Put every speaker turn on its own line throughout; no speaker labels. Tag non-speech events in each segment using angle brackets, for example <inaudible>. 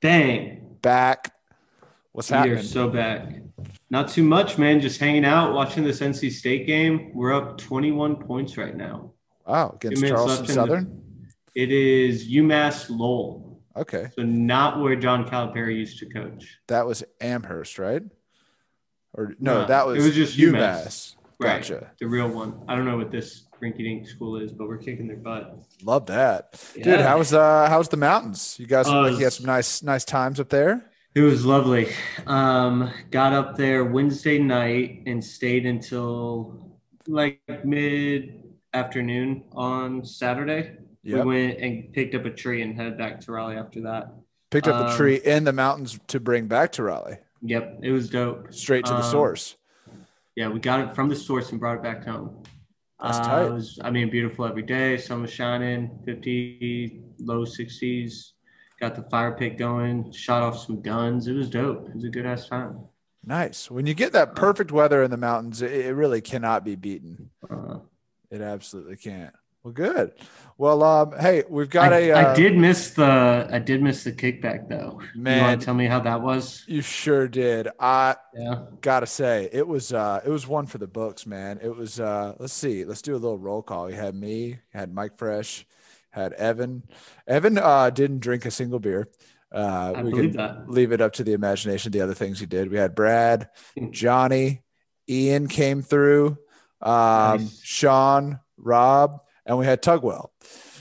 Dang,
back. What's
we are
happening?
so back. Not too much, man. Just hanging out, watching this NC State game. We're up 21 points right now.
wow, against
Two minutes
Charleston
left in the-
Southern.
It is UMass Lowell,
okay,
so not where John Calipari used to coach.
that was Amherst, right? Or no,
No,
that
it
was,
was just
UMass.
Right.
Gotcha.
The real one. I don't know what this rinky-dink school is, but we're kicking their butt.
Love that, dude.
Yeah.
How was uh, how's the mountains? You guys
Uh,
look like you had some nice nice times up there.
It was lovely. Um, got up there Wednesday night and stayed until like mid afternoon on Saturday.
Yeah,
We went and picked up a tree and headed back to Raleigh after that.
picked up the
um,
tree in the mountains to bring back to Raleigh,
Yep, it was dope.
straight to the
um,
source.
Yeah, we got it from the source and brought it back home.
That's
Uh,
tight.
It was, I mean, beautiful every day. Sun was shining, 50, low 60s. Got the fire pit going, shot off some guns. It was dope. It was a good ass time.
Nice. When you get
uh,
that perfect weather in the mountains, it, it really cannot be beaten.
Uh,
It absolutely can't. Well, good. Well, um, hey, we've got
I,
a uh,
I did miss the I did miss the kickback though. you
man.
want to tell me how that was?
You sure did. I
Yeah.
gotta say, it was uh, it was one for the books, man. It was. Uh, let's see. Let's do a little roll call. You had me. You had Mike Fresh. Had Evan. Evan uh, didn't drink a single beer. Uh,
I
we
believe
can
that.
leave it up to the imagination. of The other things he did. We had Brad,
Mm.
Johnny, Ian came through. Um,
Nice.
Sean, Rob, and we had Tugwell.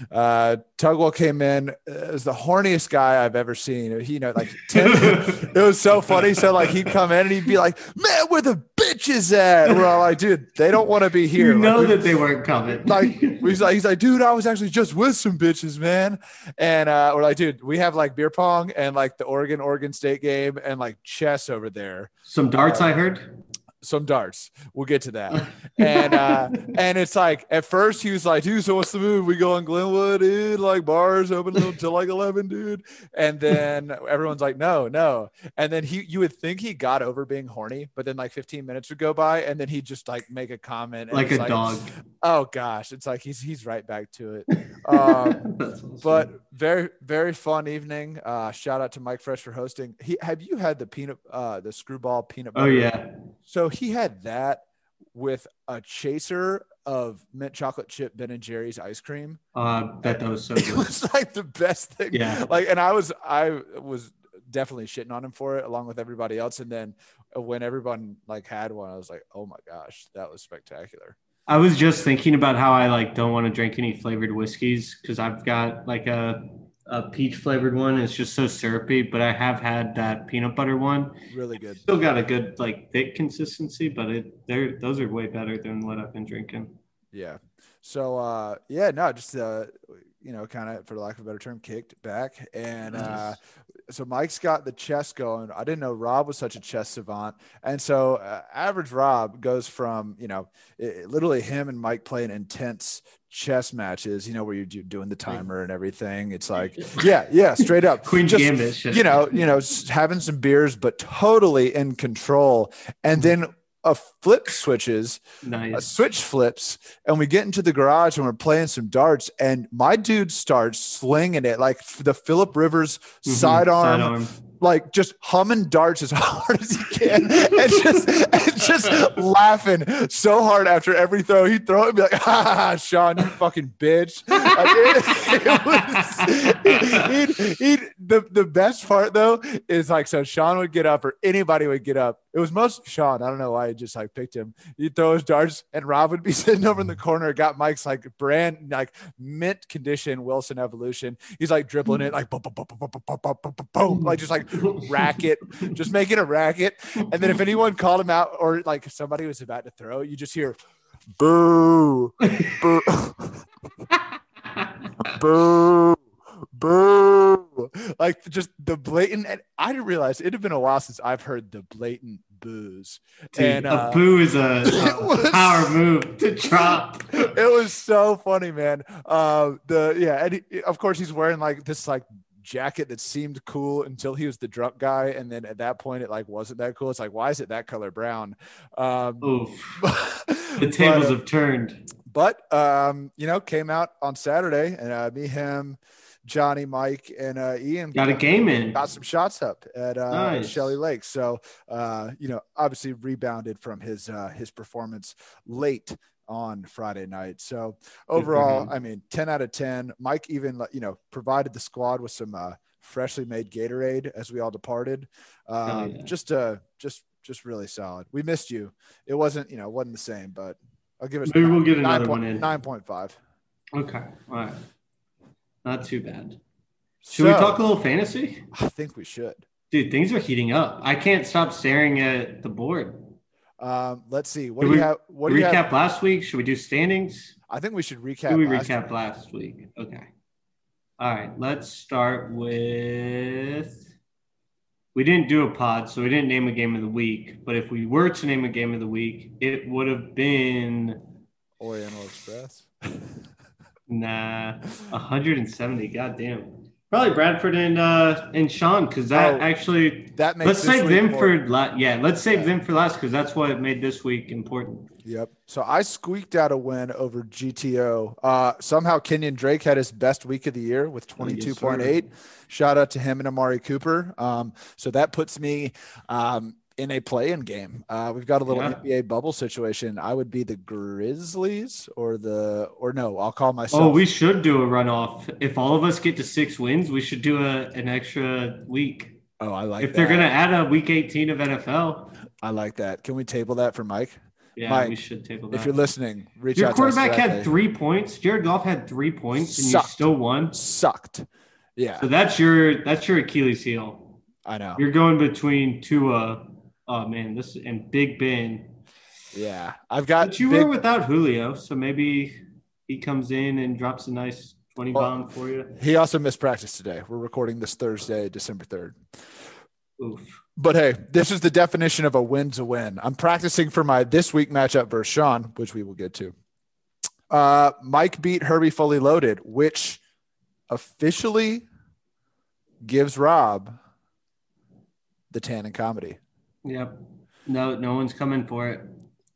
Uh, Tugwell came in as the horniest guy I've ever seen. He, you know,
<laughs>
like 10, it was so funny. So like he'd come in and he'd be like, "Man, where the bitches at?" We're all like, "Dude, they don't want to be here."
you
Like,
know
we-
that they weren't coming.
like he's like he's like, dude, I was actually just with some bitches, man. And uh, we're like, dude, we have like beer pong and like the Oregon Oregon State game and like chess over there.
<laughs> Some darts I heard.
Some darts. We'll get
<laughs>
to that. And uh, and it's like at first he was like, dude, so what's the move? We go in Glenwood, dude, like bars open till- till like eleven, dude. And then everyone's like, no, no. And then he, you would think he got over being horny, but then like fifteen minutes would go by, and then he'd just like make a comment, and
like
it's
a dog.
Oh gosh, it's like he's he's right
<laughs>
back to it. Um,
That's awesome.
but very very fun evening. Uh, shout out to Mike Fresh for hosting. He have you had the peanut uh, the screwball peanut
oh
butter?
yeah.
So he had that with a chaser of mint chocolate chip Ben and Jerry's ice cream. <laughs>
Uh bet that was so
It
good.
was like the best thing.
Yeah.
Like, and I was I was definitely shitting on him for it along with everybody else. And then when everyone like had one, I was like, oh my gosh, that was spectacular.
I was just thinking about how I like don't want to drink any flavored whiskeys because I've got like a a peach flavored one. It's just so syrupy, but I have had that peanut butter one.
Really good.
Still got a good like thick consistency, but it they're those are way better than what I've been drinking.
Yeah. So uh yeah, no, just uh you know, kind of for lack of a better term, kicked back. And uh so Mike's got the chess going. I didn't know Rob was such a chess savant. And so uh, average Rob goes from, you know, it, it- literally him and Mike playing intense chess matches, you know, where you're do- doing the timer and everything. It's like, yeah, yeah, straight
<laughs>
up.
Queen
Just-
Gambit, shit.
you know, you know, s- having some beers, but totally in control. And
Mm-hmm.
then a flip switches a
nice.
switch flips and we get into the garage and we're playing some darts and my dude starts slinging it like f- the Philip Rivers
Mhm,
sidearm, like just humming darts as hard as he can and just and just laughing so hard after every throw he'd throw it and be like ha ha, ha Sean you fucking bitch Like, it- it was- he'd- he'd- the, the best part though is like so Sean would get up or anybody would get up it was most Sean I don't know why I just like picked him he'd throw his darts and Rob would be sitting over in the corner. Got Mike's like brand like mint condition Wilson evolution. He's like dribbling it like boom, boom, boom, boom, boom, boom, boom, boom, boom, boom, like just like racket, just making a racket. And then if anyone called him out or like somebody was about to throw, you just hear boo, boo, <laughs> boo. Boo! Like just the blatant, and I didn't realize it had been a while since I've heard the blatant boos.
Dude,
and, uh,
a boo is a,
<laughs> it
a
was-
power move to drop.
<laughs> it was so funny, man. Uh, the yeah, and he, of course he's wearing like this like jacket that seemed cool until he was the drunk guy, and then at that point it like wasn't that cool. It's like why is it that color brown? Um, <laughs> uh,
Oof. The
the
tables have turned.
but um, you know, came out on Saturday, and uh, me, uh, him, Johnny, Mike, and uh, Ian
Got a game in.
got some shots up at uh,
Nice.
Shelly Lake. So uh, you know, obviously rebounded from his uh, his performance late on Friday night. So overall,
him.
I mean, ten out of ten. Mike even like, you know provided the squad with some uh, freshly made Gatorade as we all departed.
Hell
Um,
yeah.
Just uh, just just really solid. We missed you. It wasn't you know wasn't the same, but I'll give it
Maybe we'll get
nine
another one
point
in.
nine point five.
Okay. All right. Not too bad. Should we talk a little fantasy?
I think we should.
Dude, things are heating up. I can't stop staring at the board.
Um, let's see. What
Did
do you
we-
have? What do you
recap
have?
last week. Should we do standings?
I think we should recap.
Should we
last
recap last week? Okay. All right. Let's start with. We didn't do a pod, so we didn't name a game of the week. But if we were to name a game of the week, it would have been
Oriental Express.
nah 170. Goddamn. Probably Bradford and uh and Sean because that
Oh,
actually
That makes
let's
this
save
week
them
more-
for la- yeah let's save
Yeah.
them for last because that's what made this week important
Yep. So I squeaked out a win over GTO. Uh, somehow Kenyon Drake had his best week of the year with
Oh, yes,
22.8. Shout out to him and Amari Cooper. Um, so that puts me um, in a play-in game. Uh, we've got a little
Yeah.
NBA bubble situation. I would be the Grizzlies or the or no, I'll call myself.
oh we should do a runoff if all of us get to six wins we should do a an extra week
Oh, I like
if
that.
they're gonna add a week 18 of nfl
I like that. Can we table that for Mike?
yeah
Mike,
we should table
If you're
that
listening, reach
your
out to us
quarterback
that
had
day.
three points jared goff had three points and
Sucked.
you still won
sucked. Yeah,
so that's your that's your achilles heel
I know.
you're going between two uh oh man this and big ben
Yeah, I've got.
But you
big-
were without Julio, so maybe he comes in and drops a nice 20
Well-
bomb for you.
he also missed practice today. We're recording this Thursday, December third.
Oof.
But hey, this is the definition of a win to win. I'm practicing for my this week matchup versus Sean, which we will get to. Uh, Mike beat Herbie fully loaded, which officially gives Rob the tan and comedy.
Yep. No, no one's coming for it.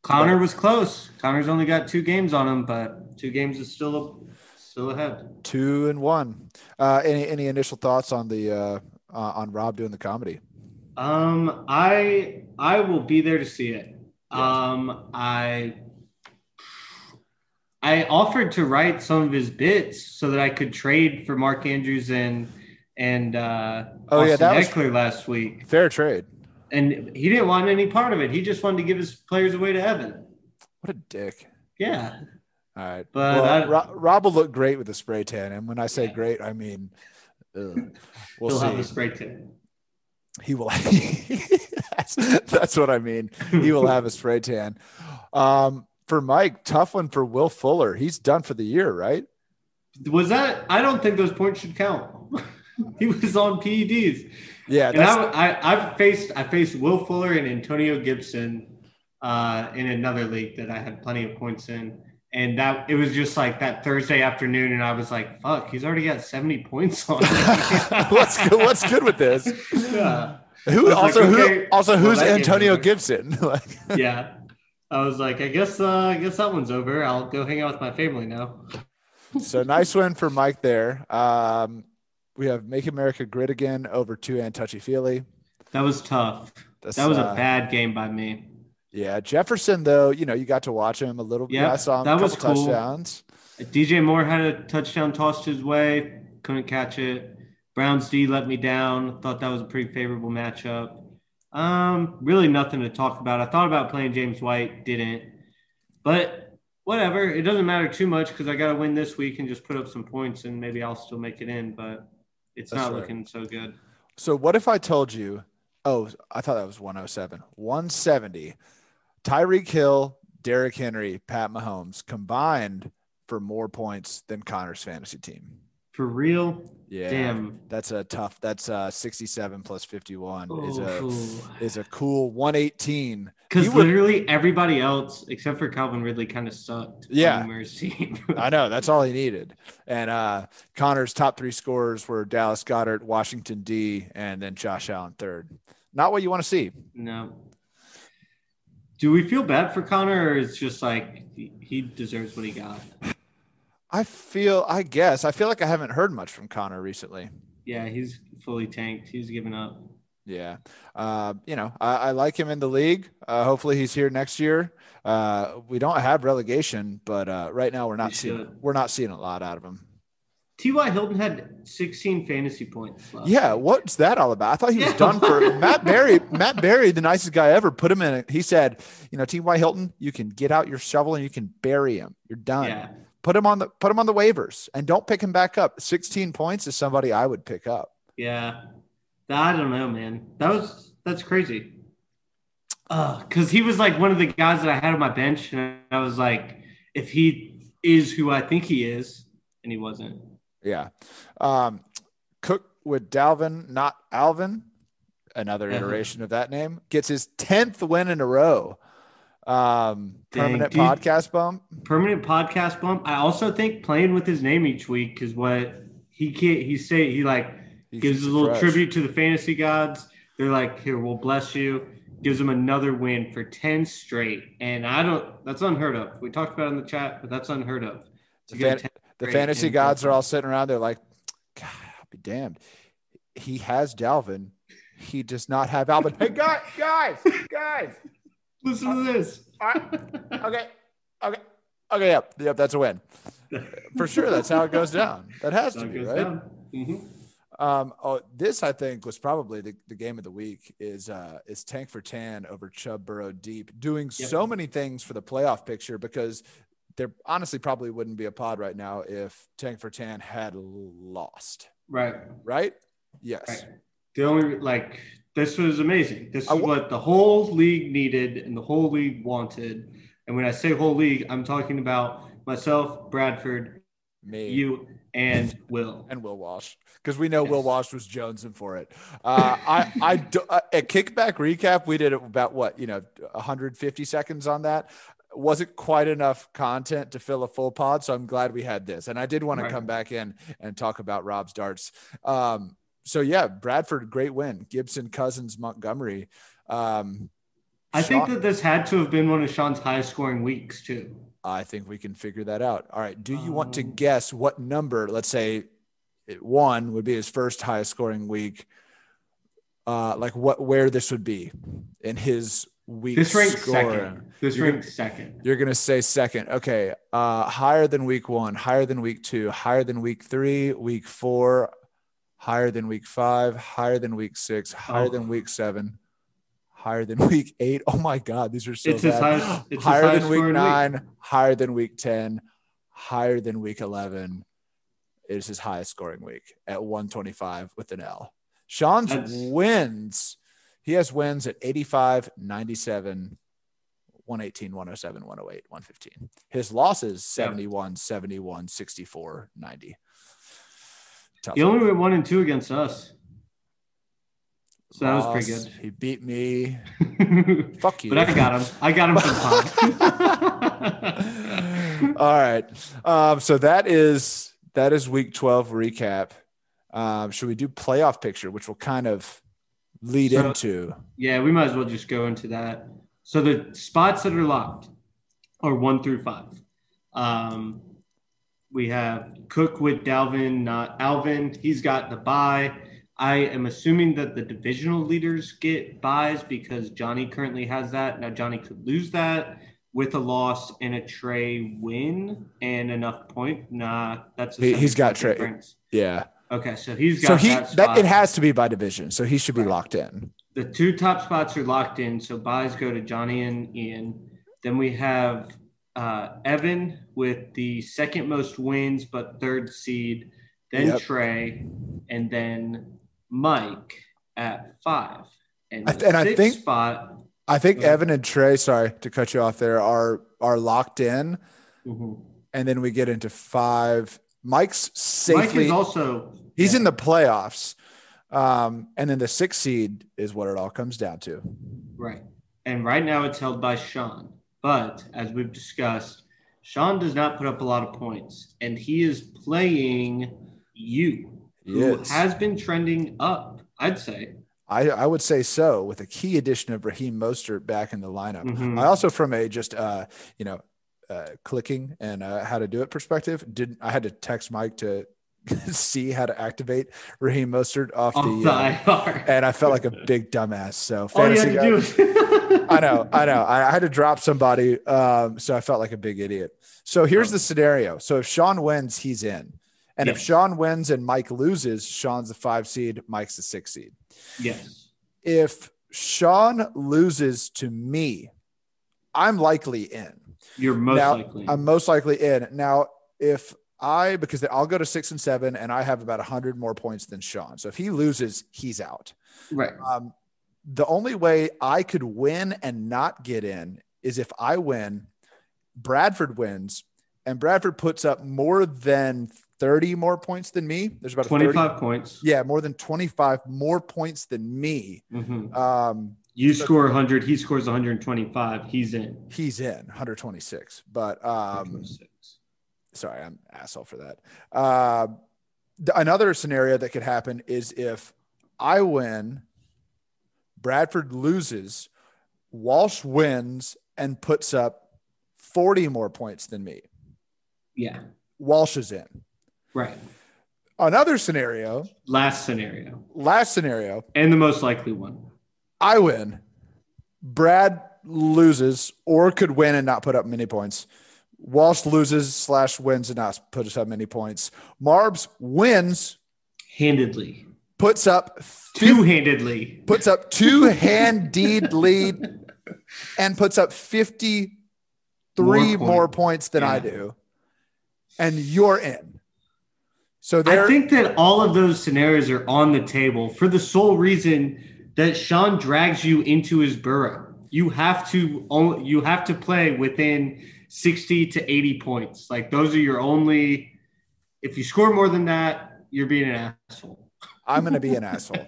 Connor was close. Connor's only got two games on him, but two games is still still ahead.
Two and one. Uh, any any initial thoughts on the uh, uh, on Rob doing the comedy?
Um, I I will be there to see it. Um, I I offered to write some of his bits so that I could trade for Mark Andrews and and uh,
Oh, yeah, that was-
Eckler last week.
Fair trade.
and he didn't want any part of it. He just wanted to give his players away to Evan.
What a dick.
Yeah,
All right.
But I-
well, Ro- Rob will look great with a spray tan. And when I say
Yeah.
great, I mean,
<laughs>
ugh. we'll
he'll have a
see.
spray tan.
He will. <laughs> that's, that's what I mean. He will have a spray tan. Um, for Mike, tough one for Will Fuller. He's done for the year, right?
Was that? I don't think those points should count. <laughs> he was on E PEDs,
Yeah.
and I,
That's,
I, I faced I faced Will Fuller and Antonio Gibson uh, in another league that I had plenty of points in, and that it was just like that Thursday afternoon, and I was like, "Fuck, he's already got seventy <laughs> points on."
<laughs>
him."
what's good? What's good with this?
Yeah.
Who
I was
also
like,
who
okay,
also
well,
who's
that game's
Antonio
over.
Gibson? <laughs> Like,
yeah. I was like, I guess uh, I guess that one's over. I'll go hang out with my family now.
so nice win for Mike there. Um, we have Make America Grid again over two and touchy feely.
That was tough. That was a bad game by me.
uh, Yeah, Jefferson though, you know, you got to watch him a little bit.
Yeah,
I saw him
that
a couple
was cool.
touchdowns.
DJ Moore had a touchdown tossed his way, couldn't catch it. Browns D let me down. Thought that was a pretty favorable matchup. Um, really nothing to talk about. I thought about playing James White, didn't. But whatever, it doesn't matter too much because I got to win this week and just put up some points and maybe I'll still make it in. But it's
That's
not
fair.
looking so good.
So what if I told you, oh, I thought that was 107. 170. Tyreek Hill, Derrick Henry, Pat Mahomes combined for more points than Connor's fantasy team.
For real,
Yeah.
damn.
That's a tough. That's uh 67 plus 51 is a
Ooh.
is a cool 118. He
Because
would-
literally everybody else except for Calvin Ridley kind of sucked.
Yeah.
on Mer's <laughs> team.
I know that's all he needed. And uh, Connor's top three scorers were Dallas Goddard, Washington D, and then Josh Allen third. Not what you want to see.
no. Do we feel bad for Connor, or it's just like he- he deserves what he got?
I feel, I guess, I feel like I haven't heard much from Connor recently.
Yeah, he's fully tanked. He's given up.
Yeah. Uh, you know, I, I like him in the league. Uh, hopefully he's here next year. Uh, we don't have relegation, but uh, right now we're not
We
seeing
should.
we're not seeing a lot out of him.
T.Y. Hilton had 16 fantasy points. Last
Yeah, what's that all about? I thought he was
Yeah. <laughs>
done for. Matt Barry, Matt Barry, the nicest guy ever, put him in. A, he said, "You know, T.Y. Hilton, you can get out your shovel and you can bury him. You're done.
Yeah.
Put him on the put him on the waivers and don't pick him back up. 16 points is somebody I would pick up.
Yeah. I don't know, man. That was that's crazy. Uh, cause he was like one of the guys that I had on my bench, and I was like, if he is who I think he is, and he wasn't.
Yeah. Um, Cook with Dalvin, not Alvin. Another
Yeah.
iteration of that name gets his 10th win in a row. Um,
Dang,
permanent
dude.
podcast bump.
Permanent podcast bump. I also think playing with his name each week is what he can't he say he like
He
gives
keeps
a
it
little
fresh.
tribute to the fantasy gods. They're like, here, we'll bless you. Gives him another win for 10 straight. And I don't that's unheard of. We talked about it in the chat, but that's unheard of. To
The,
go
fan-
10
the
straight
fantasy
and-
gods are all sitting around. They're like, God, I'll be damned. He has Dalvin. He does not have Alvin. <laughs> hey, guys, guys, guys.
Listen to this.
I- okay. Okay. Okay. Yep. Yep. That's a win. For sure. That's how it goes down. That has to
That
be,
goes
right?
down. Mhm.
Um, oh, this I think was probably the, the game of the week is uh, is Tank for Tan over Chubb Burrow deep, doing
Yep.
so many things for the playoff picture because there honestly probably wouldn't be a pod right now if Tank for Tan had lost,
Right.
right? Yes,
Right. The only like this was amazing. This is
I wa-
what the whole league needed and the whole league wanted. And when I say whole league, I'm talking about myself, Bradford,
me
you, and Will.
and Will Walsh because we know Will
Yes.
Walsh was jonesing for it. Uh, I I do, uh, at kickback recap we did about what you know 150 seconds on that. Wasn't quite enough content to fill a full pod, so I'm glad we had this. And I did want to
Right.
come back in and talk about Rob's darts. Um, so yeah, Bradford, great win. Gibson, Cousins, Montgomery. Um,
I think
Sean-
that this had to have been one of Sean's highest scoring weeks too.
I think we can figure that out. All right. Do you want to
Um,
guess what number, let's say it- one would be his first highest scoring week? Uh, like what, where this would be in his week.
This ranks
scoring?
second. This
You're-
ranks second.
You're going to say second. Okay. Uh, higher than week one, higher than week two, higher than week three, week four, higher than week five, higher than week six, higher
Oh.
than week seven, higher than <laughs> week eight. Oh my God. These are so
it's his
bad.
highest. It's his
higher
highest
than week
scoring
nine, higher than week 10, higher than week 11. It is his highest scoring week at 125 with an L. Sean's
That's-
wins, he has wins at 85, 97, 118, 107, 108, 115. His losses 71, 71, 64, 90. Tough.
He only went one and two against us. So that was
Loss.
pretty
He beat me.
good. <laughs>
Fuck you.
But I got him. I got him from <laughs> Pop.
<laughs> All right. Um, so that is that is week 12 recap. Um, should we do playoff picture, which will kind of lead
So-
into
yeah, we might as well just go into that. So the spots that are locked are one through five. Um, we have Cook with Dalvin, not Alvin. He's got the bye. I am assuming that the divisional leaders get buys because Johnny currently has that. Now Johnny could lose that with a loss and a Trey win and enough point. Nah, that's a
He- he's got
70
Trey.
difference.
yeah.
Okay, so he's got
So he
that,
that,
spot.
it has to be by division, so he should be
Right.
locked in.
the two top spots are locked in. So buys go to Johnny and Ian. Then we have uh, Evan with the second most wins, but third seed. Then
Yep.
Trey, and then Mike at five. And,
I
the
th- and I
sixth
think-
spot.
I think
Yeah.
Evan and Trey, sorry to cut you off there, are are locked in,
Mhm.
and then we get into five. Mike's
Mike
safely
is also
he's
yeah.
in the playoffs. Um, and then the sixth seed is what it all comes down to.
Right. And right now it's held by Sean. But as we've discussed, Sean does not put up a lot of points, and he is playing you, who
Yes.
has been trending up, I'd say.
I, I would say so, with a key addition of Raheem Mostert back in the lineup.
Mhm.
I also, from a just uh, you know, uh, uh, clicking and uh, how to do it perspective, didn't I had to text Mike to <laughs> see how to activate Raheem Mostert off,
off
the,
the
uh, <laughs>
IR.
and I felt like a big dumbass. So
All you
fantasy
had to
guy-
do is
I know, I know. I, I had to drop somebody, um, so I felt like a big idiot. So here's the scenario: so if Sean wins, he's in, and if
Yeah.
Sean wins and Mike loses, Sean's the five seed, Mike's the six seed.
<laughs> Yes.
If Sean loses to me, I'm likely in.
You're most
Now,
likely.
I'm most likely in. Now, if I because then I'll go to six and seven, and I have about hundred more points than Sean. So if he loses, he's out.
right.
Um, the only way I could win and not get in is if I win, Bradford wins, and Bradford puts up more than 30 more points than me. There's about a 30
25 points.
yeah, more than 25 more points than me.
hmm
Um,
You score 100, he scores 125. He's in.
he's in 126, but um,
26.
sorry, I'm an asshole for that. Uh, th- another scenario that could happen is if I win, Bradford loses, Walsh wins and puts up 40 more points than me.
Yeah.
Walsh is in.
Right.
Another scenario,
Last scenario
last scenario,
and the most likely one.
I win, Brad loses or could win and not put up many points. Walsh loses slash wins and not put up many points. Marbs wins,
Handedly.
puts up
Two handedly.
puts
<laughs>
up two hand deed lead and puts up 53 more,
More point.
points than I
Yeah.
do. And you're in. So there,
I think that all of those scenarios are on the table for the sole reason that Sean drags you into his burrow. You have to only, you have to play within 60 to 80 points. Like those are your only if you score more than that, you're being an asshole.
I'm going to be an asshole.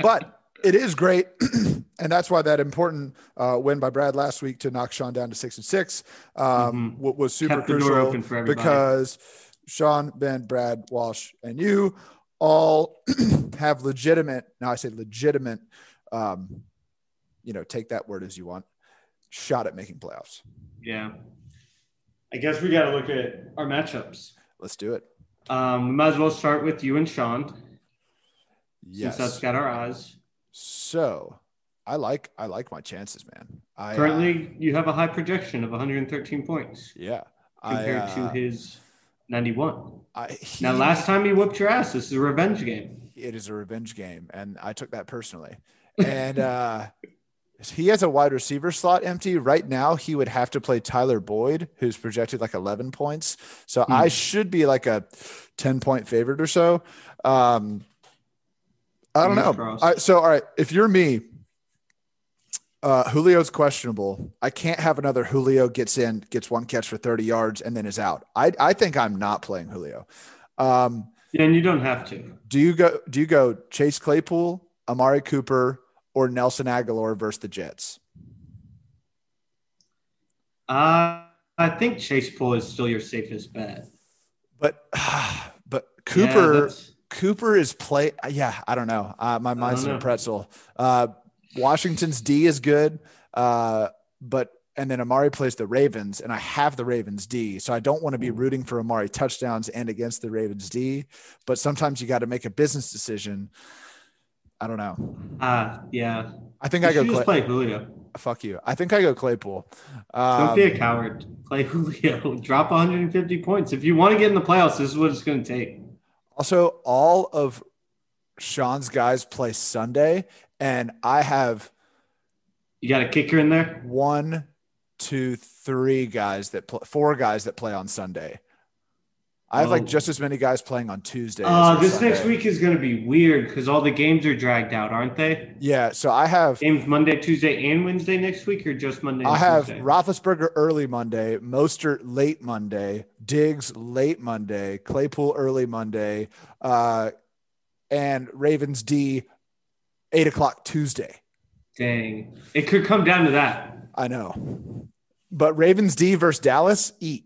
But it is great. <clears throat> and that's why that important uh, win by Brad last week to knock Sean down to six and six um, wa- was super
Mm-hmm. Kept the
crucial.
door open for everybody.
because Sean, Ben, Brad, Walsh, and you all <clears throat> have legitimate. Now I say legitimate. Um, you know, take that word as you want. Shot at making playoffs.
yeah. I guess we gotta look at our matchups.
Let's do it.
Um, we might as well start with you and Sean, since that's
Yes.
got our eyes.
So I like I like my chances, man. I, uh,
Currently, you have a high projection of 113 points
yeah.
compared
I,
to
uh,
his 91.
I, he,
Now, last time he whooped your ass, this is a revenge game.
it is a revenge game, and I took
<laughs>
that personally. And uh, he has a wide receiver slot empty right now. He would have to play Tyler Boyd, who's projected like 11 points. So
Hmm.
I should be like a 10 point favorite or so. Um, I don't
Fingers
know.
crossed.
I, so, all right, if you're me, uh, Julio's questionable. I can't have another Julio gets in, gets one catch for 30 yards, and then is out. I, I think I'm not playing Julio. Um,
Yeah, and you don't have to.
do you go? Do you go Chase Claypool, Amari Cooper, or Nelson Aguilar versus the Jets?
Uh, I think Chase Pool is still your safest bet.
But <sighs> but
Yeah,
Cooper
that's-
Cooper is play. Yeah, I don't know. Uh, my mind's in
don't
a
know.
pretzel. Uh, Washington's D is good, uh, but and then Amari plays the Ravens, and I have the Ravens D, so I don't want to be rooting for Amari touchdowns and against the Ravens D. But sometimes you got to make a business decision. I don't know.
Ah, yeah.
I think
You
I go.
should just
Clay-
play Julio.
fuck you. I think I go Claypool.
Don't
Um,
be a coward. Play <laughs> Julio. Drop 150 points. If you want to get in the playoffs, this is what it's going to take.
Also, all of Sean's guys play Sunday, and I have
You got a kicker in there?
one, two, three guys that play, four guys that play on Sunday. I have like
Oh.
just as many guys playing on Tuesday. as
Uh,
on
this
Sunday.
next week is going to be weird because all the games are dragged out, aren't they?
Yeah, so I have
Games Monday, Tuesday, and Wednesday next week, or just Monday? and
I have
Tuesday?
Roethlisberger early Monday, Mostert late Monday, Diggs late Monday, Claypool early Monday, uh, and Ravens D eight o'clock Tuesday.
Dang, it could come down to that.
I know. But Ravens D versus Dallas eat.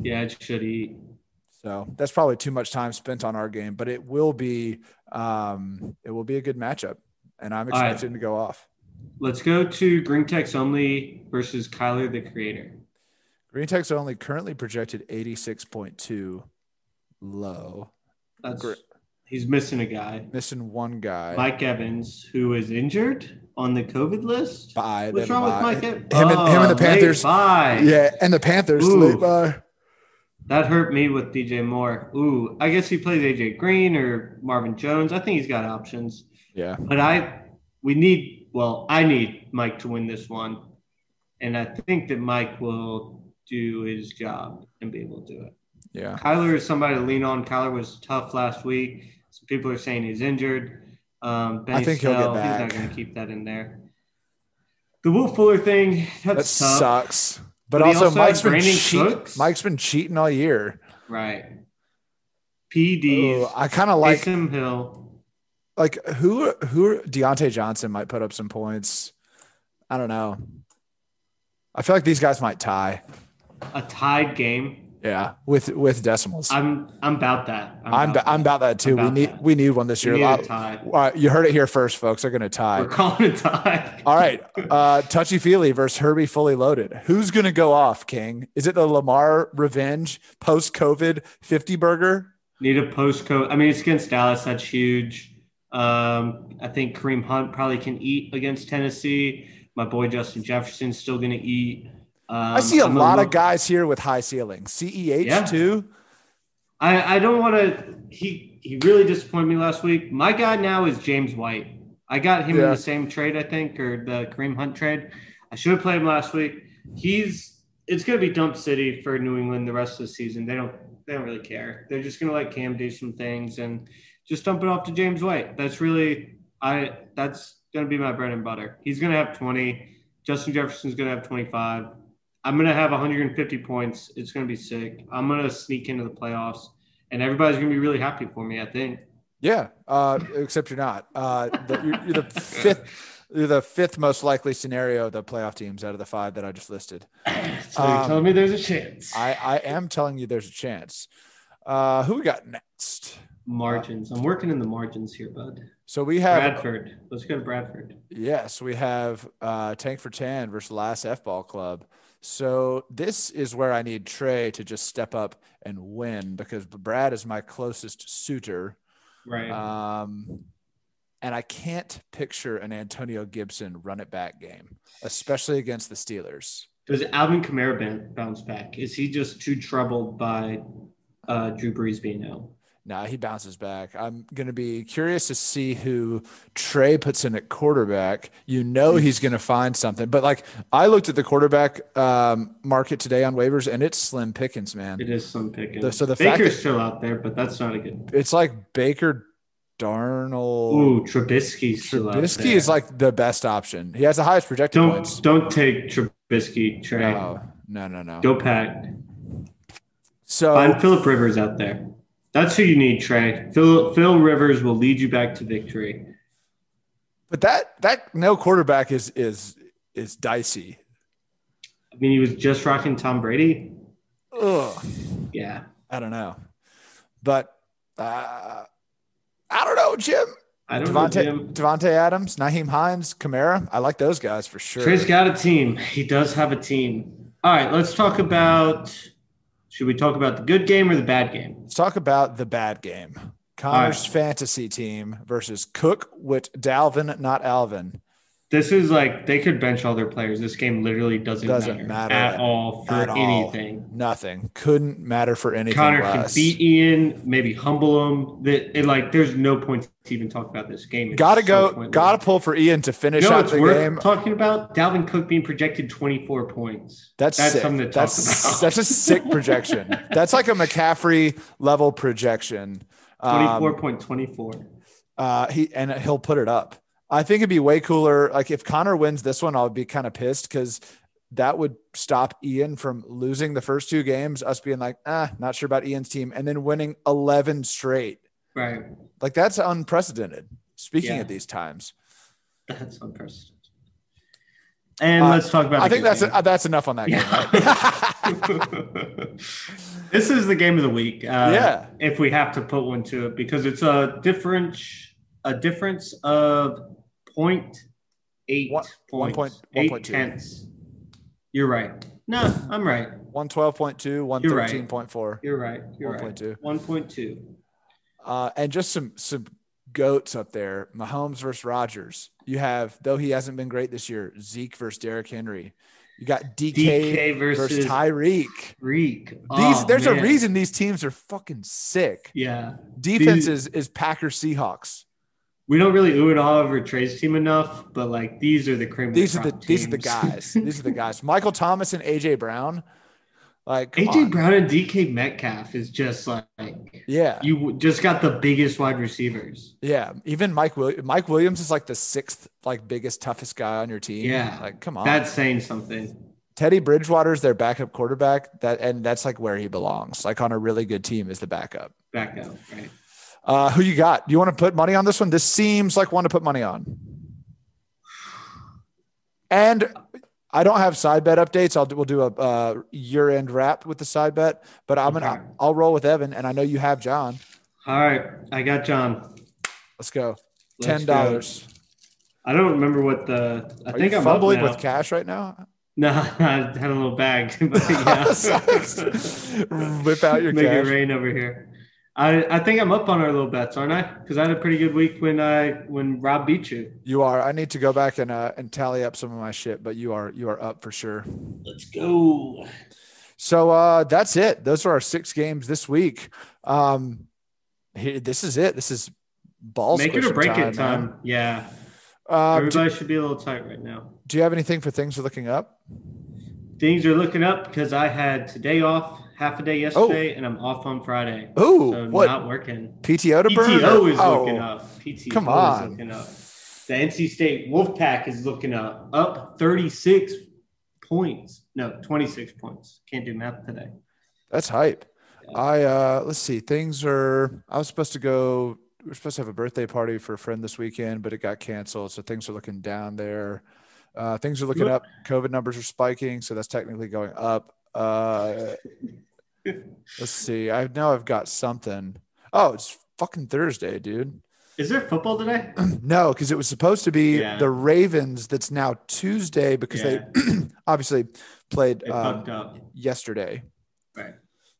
Yeah, it should eat.
So that's probably too much time spent on our game, but it will be um, it will be a good matchup. And I'm
All right.
expecting to go off.
Let's go to Green Tech's only versus Kyler the Creator.
Green Tech's only currently projected 86.2 low.
That's
Gr-
he's missing a guy,
Missing one guy.
Mike Evans, who is injured on the COVID list.
Bye.
What's
They
wrong
have a
with
bye.
Mike Evans?
Him and- him and the Panthers.
Bye.
Yeah, and the Panthers.
Ooh.
late bye.
That hurt me with DJ Moore. Ooh, I guess he plays AJ Green or Marvin Jones. I think he's got options.
Yeah.
But I, we need, well, I need Mike to win this one. And I think that Mike will do his job and be able to do it.
Yeah.
Kyler is somebody to lean on. Kyler was tough last week. Some people are saying he's injured. Um, Benny
I think he'll get
Snell, He's
back.
not going to keep that in there. The Will Fuller thing,
That
that's tough.
sucks. But,
But he
also,
also had
Mike's been
Brandon
cheat-
Cooks.
Mike's been cheating all year.
Right. PDs.
Ooh, Oh, I kind of like
Taysom Hill.
like who who Deontay Johnson might put up some points. I don't know. I feel like these guys might tie.
A tied game.
Yeah, with with decimals. I'm
I'm I'm about that.
I'm,
about that.
about that too.
about
we need
that.
we need one this
We
year.
need
Uh,
a tie.
uh, you heard it here first, folks. They're gonna tie.
We're calling a tie.
All right, uh, touchy feely versus Herbie fully loaded. Who's gonna go off, King? Is it the Lamar revenge post COVID fifty burger?
<laughs> Need a postcode. I mean, it's against Dallas. That's huge. Um, I think Kareem Hunt probably can eat against Tennessee. My boy Justin Jefferson's still going to eat. Um,
I see a
I'm
lot
look-
of guys here with high ceilings. Ceh
Yeah.
too.
I, I don't want to. He he really disappointed me last week. My guy now is James White. I got him in
Yeah.
the same trade, I think, or the Kareem Hunt trade. I should have played him last week. He's it's going to be dump city for New England the rest of the season. They don't they don't really care. They're just going to let Cam do some things and just dump it off to James White. That's really I that's going to be my bread and butter. He's going to have twenty. Justin Jefferson's going to have twenty five. I'm going to have 150 points. It's going to be sick. I'm going to sneak into the playoffs, and everybody's going to be really happy for me. I think.
Yeah, uh, except you're not. Uh, the, you're, you're the fifth. You're the fifth most likely scenario of the playoff teams out of the five that I just listed.
<clears throat> So you're
Um,
telling me there's a chance.
I, I am telling you, there's a chance. Uh, who we got next?
margins. I'm working in the margins here, bud.
So we have
Bradford. Let's go to Bradford.
yes, we have uh, Tank for Tan versus Last F Ball Club. So this is where I need Trey to just step up and win because Brad is my closest suitor.
Right.
Um, and I can't picture an Antonio Gibson run it back game, especially against the Steelers.
Does Alvin Kamara ban- bounce back? Is he just too troubled by uh, Drew Brees being out?
Nah, he bounces back. I'm going to be curious to see who Trey puts in at quarterback. You
Hmm.
know he's going to find something. But like I looked at the quarterback um, market today on waivers, and it's slim pickings, man.
It is some picking.
The- so the fact
Baker's
that-
still out there, but that's not a good.
It's like Baker Darnold.
Ooh, Trubisky's still out
Trubisky
there.
is like the best option. He has the highest projected
don't
points.
don't take Trubisky, Trey.
No, no, no, no.
Go pack.
So
Find Philip Rivers out there. That's who you need, Trey. Phil Phil Rivers will lead you back to victory.
But that that no quarterback is is is dicey.
I mean, he was just rocking Tom Brady.
Ugh,
Yeah,
I don't know, but uh, I don't know, Jim.
I don't know
Devonte
Jim.
Devonte Adams, Naheem Hines, Kamara. I like those guys for sure.
Trey's got a team. He does have a team. All right, let's talk about. Should we talk about the good game or the bad game?
Let's talk about the bad game. Connor's fantasy team versus Cook with Dalvin, not Alvin.
This is like they could bench all their players. This game literally doesn't,
Doesn't matter
at
at-
all for
at all.
anything.
Nothing couldn't matter for anything
Connor
less.
could beat Ian, maybe humble him. That it, like, there's no point to even talk about this game. It's
gotta
so
go.
pointless.
Gotta pull for Ian to finish
You know
out
what's
the
worth
game.
talking about? Dalvin Cook being projected 24 points.
That's
that's
sick.
something to talk
that's
about.
that's a
<laughs>
sick projection. that's like a McCaffrey level projection. Um,
24.24.
uh, he and he'll put it up. I think it'd be way cooler. Like if Connor wins this one, I'll be kind of pissed because that would stop Ian from losing the first two games. Us being like, ah, not sure about Ian's team, and then winning eleven straight.
right.
Like that's unprecedented. Speaking
Yeah.
at these times,
That's unprecedented. And
Uh,
let's talk about
I
the
think
good
that's
game.
uh, that's enough on that game.
<laughs>
Right?
this is the game of the week. Uh,
<laughs> Yeah.
If we have to put one to it, because it's a difference, a difference of point eight
One- one
points,
point-
eight
1.2.
tenths. You're right. No, I'm right.
112.2,
You're right.
113.4,
You're right. You're right.
1.2.
1.2.
Uh, and just some some goats up there. Mahomes versus Rogers. You have, though he hasn't been great this year, Zeke versus Derrick Henry. You got DK,
DK
versus,
versus
Tyreek.
Greek.
These
Oh,
there's a
man.
reason these teams are fucking sick.
Yeah.
Defense
These-
is, is Packers Seahawks.
We don't really ooh and ah over Trey's team enough, but like these are the cream. of
These are the
crop
these are the
teams.
guys. these are
<laughs>
the guys. Michael Thomas and AJ Brown. Like come
AJ
on.
Brown and DK Metcalf is just like
yeah.
you w- just got the biggest wide receivers.
Yeah, even Mike Will- Mike Williams is like the sixth, like biggest, toughest guy on your team.
Yeah.
like come on.
That's saying something.
Teddy Bridgewater is their backup quarterback. That and that's like where he belongs. Like on a really good team is the backup.
Back out, right?
Uh, who you got? Do you want to put money on this one? This seems like one to put money on. And I don't have side bet updates. I'll do, we'll do a uh, year end wrap with the side bet, but I'm
Okay.
gonna I'll roll with Evan, and I know you have John.
All right, I got John.
Let's go.
Let's
Ten
go.
dollars.
I don't remember what the. I
Are
think
you
I'm
fumbling
up now.
with
<laughs>
cash right now? <laughs>
No, I had a little bag. <laughs> But <laughs> yeah.
Whip out your
Make it
cash.
rain over here. I, I think I'm up on our little bets, aren't I? Because I had a pretty good week when I when Rob beat you.
You are. I need to go back and uh, and tally up some of my shit, but you are you are up for sure.
Let's go.
So uh, that's it. Those are our six games this week. Um, here, this is it. This is balls.
Make it or break it
man.
time. Yeah.
Um, do,
Everybody should be a little tight right now.
do you have anything for things we're looking up?
Things are looking up because I had today off, half a day yesterday, and I'm off on Friday.
Oh,
So
what
Uh, not working.
PTO to burn?
PTO is
Oh,
looking up. PTO
come
is
on.
looking up. The NC State Wolfpack is looking up, up 36 points. No, 26 points. Can't do math today.
That's hype.
Yeah.
I uh, let's see. Things are. I was supposed to go. We were supposed to have a birthday party for a friend this weekend, but it got canceled. So things are looking down there. Uh, things are looking
Yep.
up. COVID numbers are spiking, so that's technically going up.
<laughs>
Uh, let's see. I now I've got something. Oh, it's fucking Thursday, dude. <clears throat>
Is there football today?
Uh, No, because it was supposed to be
Yeah.
the Ravens. That's now Tuesday because they <clears throat> obviously played
They
um,
fucked up.
yesterday.
Right.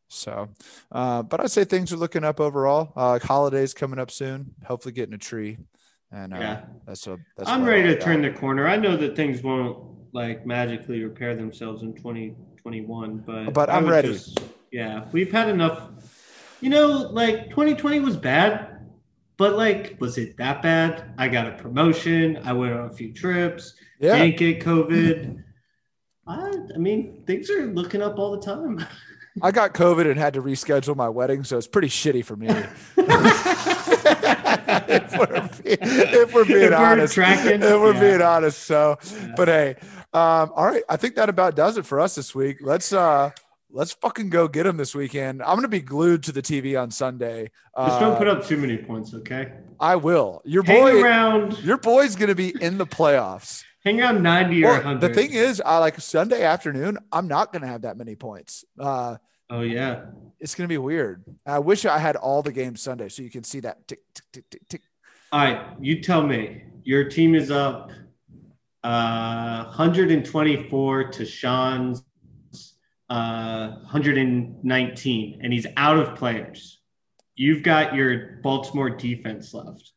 So, uh, but I'd say things are looking up overall. Uh, holidays coming up soon. Hopefully, getting a tree, and uh,
Yeah.
that's what that's.
I'm
what
ready
I
to
got.
turn the corner. I know that things won't like magically repair themselves in 2021, but
But
I
I'm
would
ready.
just- yeah, we've had enough. You know, like 2020 was bad, but like, was it that bad? I got a promotion. I went on a few trips.
Yeah,
Didn't get COVID. I, I mean, things are looking up all the
<laughs>
time. <laughs>
I got COVID and had to reschedule my wedding, so it's pretty shitty for me. <laughs> if, we're, be- if we're being
If we're
honest,
tracking,
if we're
yeah.
being honest, so
Yeah.
but hey, um, all right, I think that about does it for us this week. Let's uh, let's fucking go get them this weekend. I'm gonna be glued to the TV on Sunday.
Just don't
Uh,
put up too many points, okay?
I will. Your
Hang
boy,
around,
your boy's gonna be in
<laughs>
the playoffs.
hang around 90 or
Well,
100.
the thing is, I like Sunday afternoon. I'm not gonna have that many points. Uh,
oh yeah,
it's gonna be weird. I wish I had all the games Sunday so you can see that tick tick tick tick tick.
All right, you tell me. Your team is up uh, 124 to Sean's uh, 119, and he's out of players. You've got your Baltimore defense left.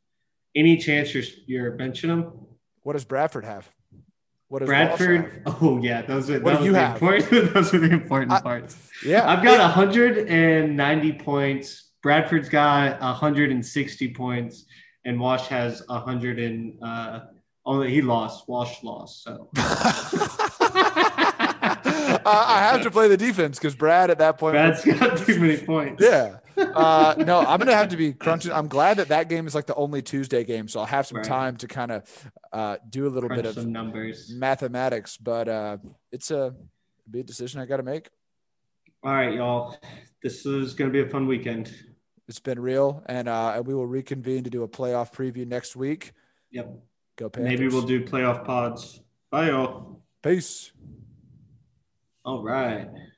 Any chance you're you're benching him?
What does Bradford have? What does Walsh
Bradford? Oh yeah, those are
What
that
do you
was the
have?
important. <laughs> Those are the important
I-
parts.
have? Yeah,
I've got 190 points. Bradford's got 160 points, and Wash has 100 and uh, only he lost. Wash lost. So
I, <laughs> I have to play the defense because Brad at that point.
Brad's got too many points.
<laughs> yeah. Uh, no, I'm gonna have to be crunching. I'm glad that that game is like the only Tuesday game, so I'll have some
Right.
time to kind of uh, do a little
Crunch
bit of
some numbers.
mathematics, but uh, it's a be a decision I got to make.
All right, y'all. This is going to be a fun weekend.
It's been real, and uh, and we will reconvene to do a playoff preview next week.
Yep.
Go Panthers.
Maybe we'll do playoff pods. Bye, y'all.
Peace.
All right.